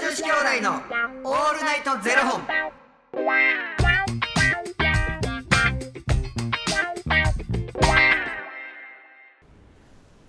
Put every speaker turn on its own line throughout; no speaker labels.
子兄弟のオールナイトゼロ本。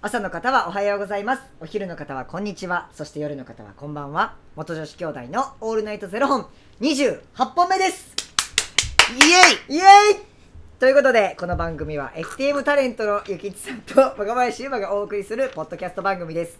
朝の方はおはようございますお昼の方はこんにちはそして夜の方はこんばんは元女子兄弟のオールナイトゼロ本28本目ですイエイイエイということでこの番組は FTM タレントのゆきちさんと若林優馬がお送りするポッドキャスト番組です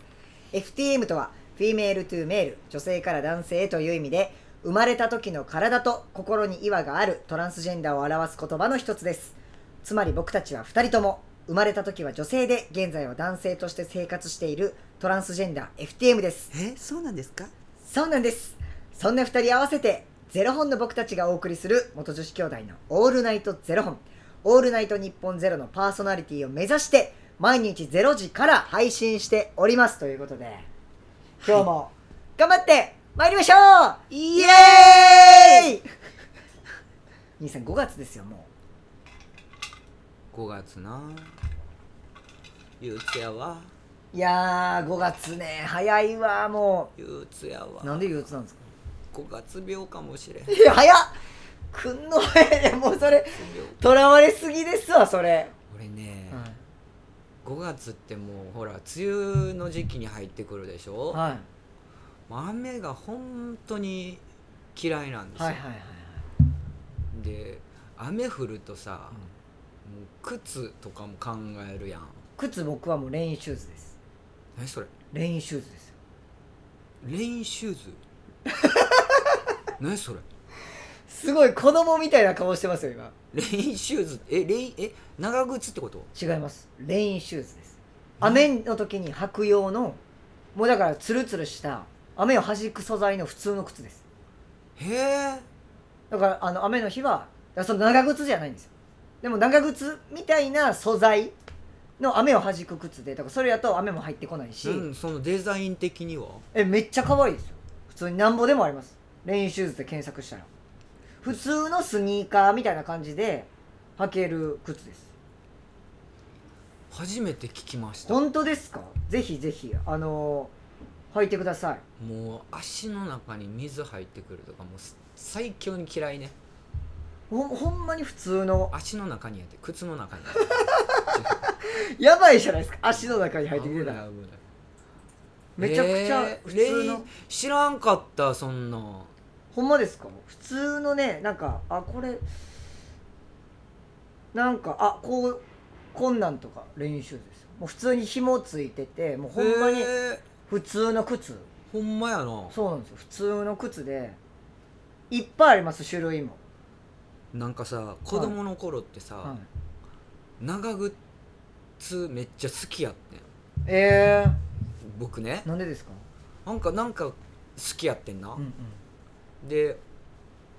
FTM とはフィメールトゥーメール女性から男性へという意味で生まれた時の体と心に違和があるトランスジェンダーを表す言葉の一つですつまり僕たちは2人とも生まれた時は女性で現在は男性として生活しているトランスジェンダー FTM です
え、そうなんですか。
そうなんですそんな2人合わせてゼロ本の僕たちがお送りする元女子兄弟の「オールナイトゼロ本」「オールナイト日本ゼロのパーソナリティを目指して毎日0時から配信しておりますということで今日も頑張って参りましょうイエーイ 兄さん5月ですよも
5月な。憂鬱やわ。
ういやー5月ね早いわも
憂鬱やわ。
うなんで憂鬱なんですか
5月病かもしれん。
いや早っくんの早いやもうそれとらわれすぎですわそれ、
俺ね、
はい
5月ってもうほら梅雨の時期に入ってくるでしょ。
はい、
雨が本当に嫌いなんですよ。
はいはいはいはい
で、雨降るとさ、もう靴とかも考えるやん。
靴僕はもうレインシューズです
何それ。
レインシューズですよ
レインシュー ズ何それ
すごい子供みたいな顔してますよ今
レインシューズえレインえ長靴ってこと
違いますレインシューズです雨の時に履く用のもうだからツルツルした雨を弾く素材の普通の靴です
へえ
だからあの雨の日はだからその長靴じゃないんですよでも長靴みたいな素材の雨を弾く靴でだからそれやと雨も入ってこないし、
うんそのデザイン的には
えめっちゃ可愛いですよ普通になんぼでもありますレインシューズで検索したら普通のスニーカーみたいな感じで履ける靴です
初めて聞きましたも
本当ですかぜひぜひあのー履いてくださいう
足の中に水入ってくるとかもうす最強に嫌いね
ほほんまに普通の
足の中にやって靴の中に
やばいじゃないですか足の中に入ってきて
危
た
ない
ら
危ない
めちゃくちゃ
えー
普
レ
通
イ
の、
ン知らんかったそんな
ほんまですか普通のねなんかあこれなんかあこうこんなんとかレインシューズですよもう普通に紐ついててもうほんまに
へー
普通の靴
ほんまやな
そうなんですよ普通の靴でいっぱいあります種類も、
なんかさ子供の頃ってさ、
はい、
長靴めっちゃ好きやってん
え
僕ね
ー、なんでですか、
なんかなんか好きやってんな、
うんうん、
で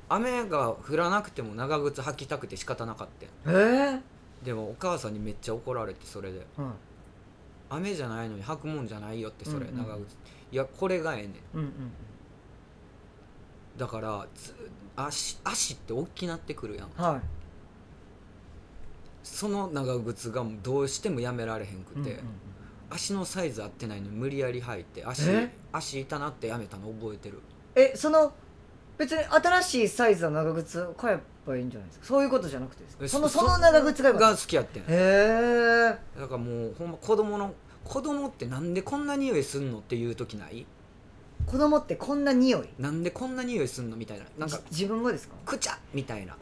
雨が降らなくても長靴履きたくて仕方なかった
え
ん
ー、
でもお母さんにめっちゃ怒られてそれで
うん
「雨じゃないのに履くもんじゃないよ」って
う
それ、
んうん
長靴いやこれがええねん
うんうん
だからつ足足って大きなってくるやん
うんはい
その長靴がどうしてもやめられへんくて、
うんうんうん
足のサイズ合ってないのに無理やり履いて足
え
足痛なってやめたの覚えてる
えその別に新しいサイズの長靴を買えばいいんじゃないですかそういうことじゃなくてですか
え
その
そ
その長靴がよかっ
が好きやってん
たへえ
だからもうほんま子供の子供ってなんでこんな匂いすんのっていう時ない
子供ってこんな匂い
なんでこんな匂いすんのみたいななんか
じ自分がですか
くちゃみたいな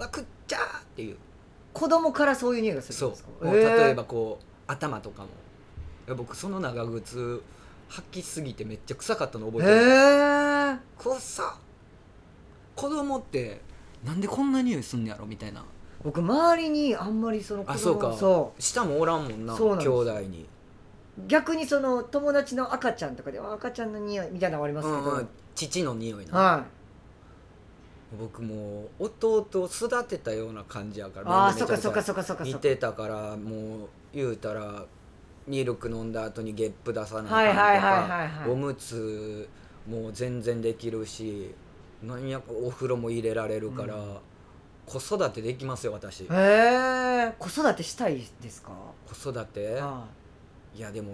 うわくっちゃーっていう
子供からそういう匂いがするん
そ
ですか
うもう例えばこう頭とかもいや僕その長靴履きすぎてめっちゃ臭かったの
へ
覚えてる
え
臭っ子供ってなんでこんな匂いすんのやろみたいな
僕周りにあんまりその子供
あそうか
そう
舌もおらんもんな
そうなんです
兄
よ
弟に
逆にその友達の赤ちゃんとかであ赤ちゃんの匂いみたいなのあります
う
けど、
んうん父の匂いな
は
僕もう弟を育てたような感じやか
い
ら
ああ
めち
そ
ゃ
っ
めちゃ
かそっかそっかそっか
似
そっか
てたからもう言うたらミルク飲んだ後にゲップ出さない
はいはいはいはい
か
は
ん
い
とかおむつも全然できるし何やお風呂も入れられるから、
うん
子育てできますよ私
へえ子育てしたいですか
子育て
はい
やでも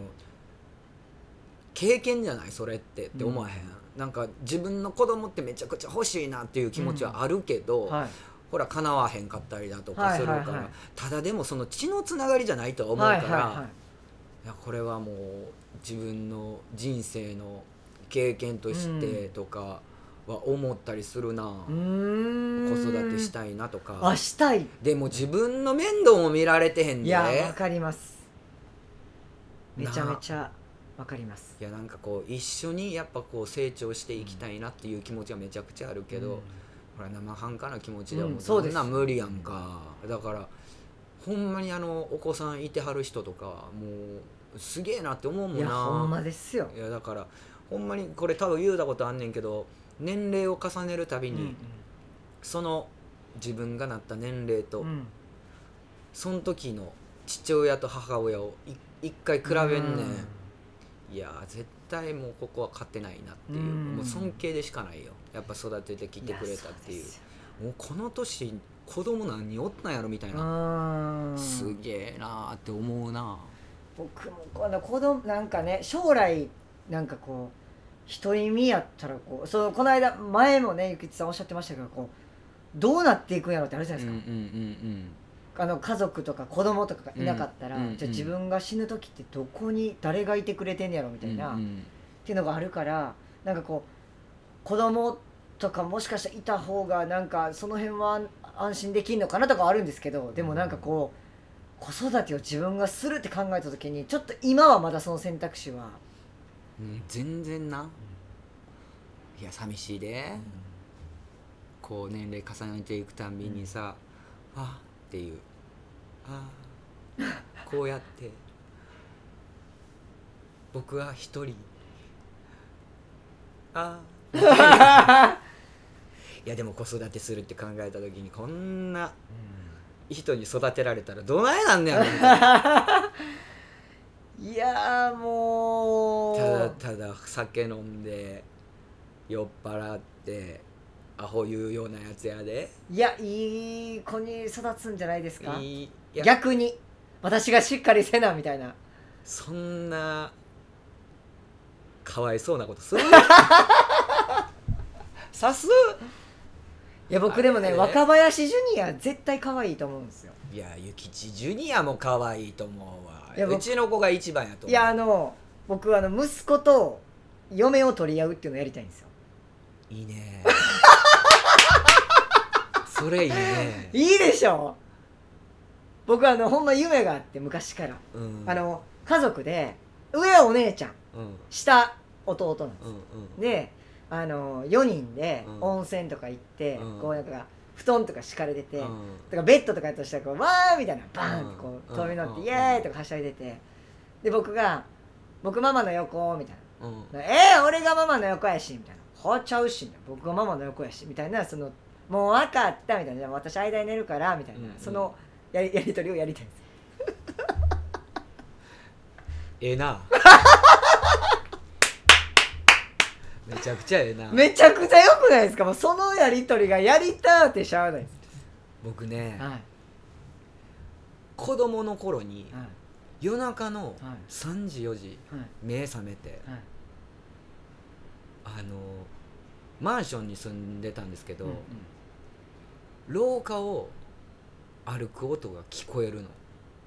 経験じゃないそれってって思わへん、なんか自分の子供ってめちゃくちゃ欲しいなっていう気持ちはあるけど、
はい、
ほら叶わへんかったりだとか
はい
するから、
はいはい
ただでもその血のつながりじゃないとは思うから、
はいいはいはい
やこれはもう自分の人生の経験としてとかは思ったりするな、
うーん
子育てしたいなとか
あしたい
でも自分の面倒も見られてへんで
いやわかりますめちゃめちゃわかります
いやなんかこう一緒にやっぱこう成長していきたいなっていう気持ちはめちゃくちゃあるけど、ほら生半可な気持ちではも
うん
う
そ
そ
うんです
な無理やんか、だからほんまにあのお子さんいてはる人とかもうすげえなって思うもん
い
な
やほんまですよ
いやだからほんまにこれ多分言うたことあんねんけど年齢を重ねるたびに、その自分がなった年齢と、
うんうん
その時の父親と母親をい一回比べんねん、
うん
いやー絶対もうここは勝てないなっていう,、
うん
もう尊敬でしかないよやっぱ育ててきてくれたっていう
やそですよ
もうこの年子供何人おったんやろみたいうな、
ーん
すげえなーって思うな
僕もこの子供なんかね将来なんかこう独り身やったらこうそのこの間前もねゆきつさんおっしゃってましたけどこうどうなっていくんやろってあるじゃ
うん
な
う
い
んう
で
ん
すか、
うん
あの家族とか子供とかがいなかったら、
うんうん
じゃあ自分が死ぬ時ってどこに誰がいてくれてんやろみたいな、
うんう
っ
ん
ていうのがあるからなんかこう子供とかもしかしたらいた方がなんかその辺は安心できんのかなとかはあるんですけどでもなんかこう子育てを自分がするって考えた時にちょっと今はまだその選択肢は
うん全然ないや寂しいで、こう年齢重ねていくたんびにさ、あっていうああこうやって 僕は一人 ああいやでも子育てするって考えた時にこんな人に育てられたらどないなんねやろみたいな
いやーもう
ただただ酒飲んで酔っ払ってアホ言うようなやつやで
いやいい子に育つんじゃないですか
いいいや
逆に私がしっかりせなみたいな
そんなかわいそうなこ とするさす
いや僕でもね
あれ
若林ジュニア絶対可愛いと思うんですよ
いやゆきちジュニアもかわいいと思うわ
いや僕
うちの子が一番やと思う
いやあの僕あの息子と嫁を取り合うっていうのをやりたいんですよ
い いねそれいいね、
いいでしょ僕あのほんま夢があって昔から、
うん、
あの家族で上はお姉ちゃん
うんうん
下弟なんです
うんうん
であの4人で
うん
温泉とか行って、
うん
こうなんか布団とか敷かれてて、
うん
とかベッドとかやったとしたらこうわーみたいなバーンってこう
うん
飛び乗って「
うん
イエーイ!」とかはしゃいでてで僕が「僕ママの横」みたい
うん
な「えー、俺がママの横やし」みたいな「ほうちゃうし」みたいな「僕がママの横やし」みたいなその「もう分かった」みたいな「私間に寝るから」みたいな、
うんうん
そのやりやり取りをやりたいんです
え えなめちゃくちゃええな
めちゃくちゃ良くないですかもうそのやり取りがやりたってしゃあないです
僕ね、
はい
子供の頃に
はい
夜中の
はい
3時4時
はい
目覚めて
はい
あのマンションに住んでたんですけど、
うんうん
廊下を歩く音が聞こえるの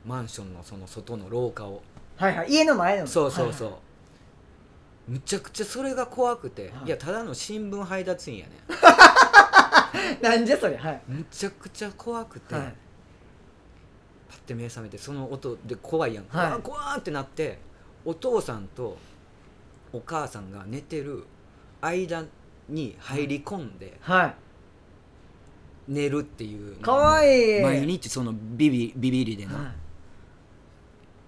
マンションのその外の廊下を、
はいはい家の前の
そうそうそう、
は
むちゃくちゃそれが怖くて、
はい
い、やただの新聞配達員やね
いはいなんじゃそれはい
むちゃくちゃ怖くて、
はい
パッて目覚めてその音で怖いやん、
はい
あ怖ーってなってお父さんとお母さんが寝てる間に入り込んで
はい
寝るっていう
かわいい
毎日そのビビビビリでな、
は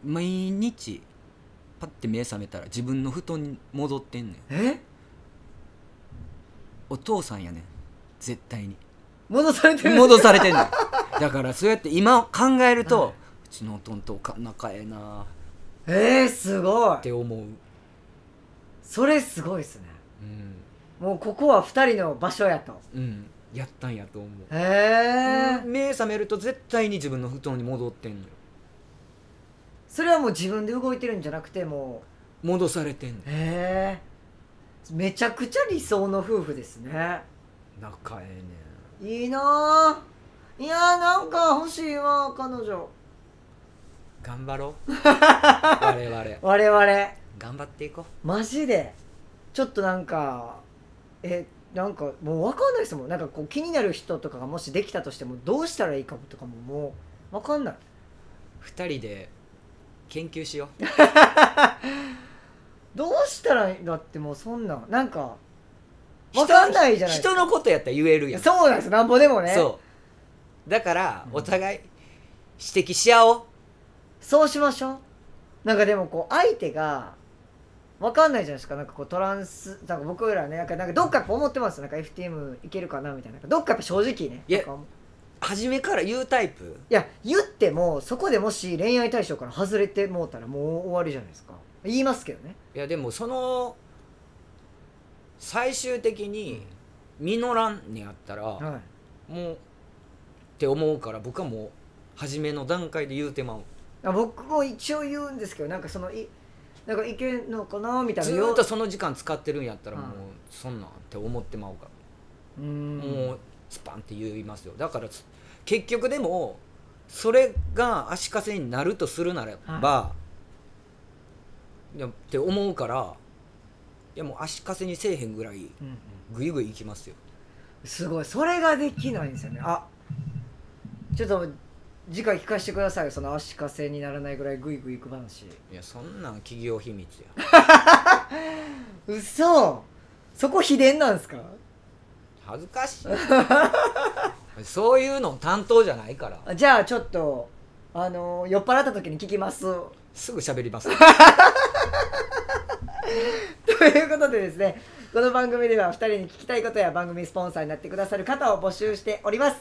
い
毎日パッて目覚めたら自分の布団に戻ってんねん
え
お父さんやねん絶対 に
戻されてる
戻されてんねんだからそうやって今考えると、
はいう
ちのおとんとおかん仲ええな
えー、すごい
って思う、
それすごいですね
うん
もうここは2人の場所やと
うん、やったんやと思う
へえ、
目覚めると絶対に自分の布団に戻ってんのよ
それはもう自分で動いてるんじゃなくても
戻されてんの
うへえめちゃくちゃ理想の夫婦ですね
仲ええねん
いいなぁいやーなんか欲しいわ彼女
頑張 ろう我々
我々
頑張っていこ
マジでちょっとなんかえなんかもう分かんないですもんなんかこう気になる人とかがもしできたとしてもどうしたらいいかもとかももう分かんないう
二人で研究しよう
どうしたらだってもうそんななんか分かんないじゃないです
人
か
のことやったら言えるやん
そうなんですなんぼでもね
そうだから
うん
お互い指摘し合おう
そうしましょうなんかでもこう相手が分かんないじゃないですかなんかこうトランスなんか僕らねなんかなんかどっかやっぱ思ってますなんか FTM いけるかなみたいなどっかやっぱ正直ね
いや
なんか思う
初めから言うタイプ
いや言ってもそこでもし恋愛対象から外れてもうたらもう終わりじゃないですか言いますけどね
いやでもその最終的に実らんにあったら、
はい
もうって思うから僕はもう初めの段階で言うてまう
あ僕も一応言うんですけどなんかそのいなんかいけんのかなみたいな
ずーっとその時間使ってるんやったら
うん
もうそんなんって思ってまうか
うー
ら、
ん
もうスパンって言いますよだからつ結局でもそれが足かせになるとするならば、いやって思うからいやもう足かせにせえへんぐらい
うんうん
グイグイいきますよ
すごいそれができないんですよねあちょっと次回聞かせてくださいよその足かせにならないぐらいグイグイいく話
いやそんなん企業秘密や
嘘そこ秘伝なんですか
恥ず かしいそういうの担当じゃないから
あじゃあちょっとあの酔っ払った時に聞きます
すぐ喋ります
ということでですねこの番組では2人に聞きたいことや番組スポンサーになってくださる方を募集しております、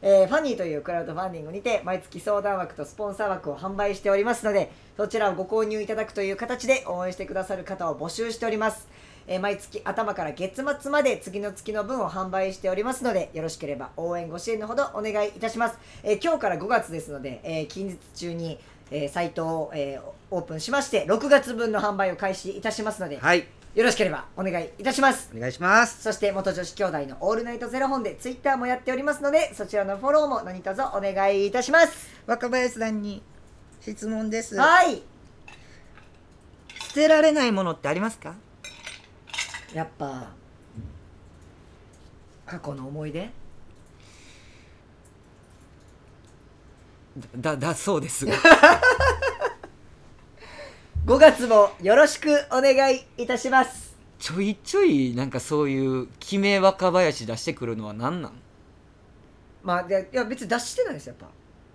えーファニーというクラウドファンディングにて毎月相談枠とスポンサー枠を販売しておりますのでそちらをご購入いただくという形で応援してくださる方を募集しております、えー毎月頭から月末まで次の月の分を販売しておりますのでよろしければ応援ご支援のほどお願いいたします、えー今日から5月ですので、えー近日中にえーサイトを、えーオープンしまして6月分の販売を開始いたしますので、
はい
よろしければお願いいたします。
お願いします
そして元女子兄弟のオールナイトゼロ本でツイッターもやっておりますのでそちらのフォローも何卒お願いいたします。
若林さんに質問です
はい。
捨てられないものってありますか
やっぱ過去の思い出
だだそうです
5月もよろしくお願いいたします。
ちょいちょいなんかそういう決め若林出してくるのは何なん
まあでいや別に出してないですやっ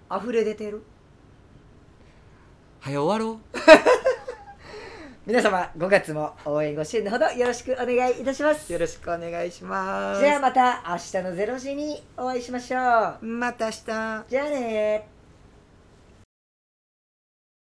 ぱ溢れ出てる。
早終わろ
皆様5月も応援ご支援のほどよろしくお願いいたします。
よろしくお願いします
じゃあまた明日のゼロ時にお会いしましょう。
また明日
じゃあねー。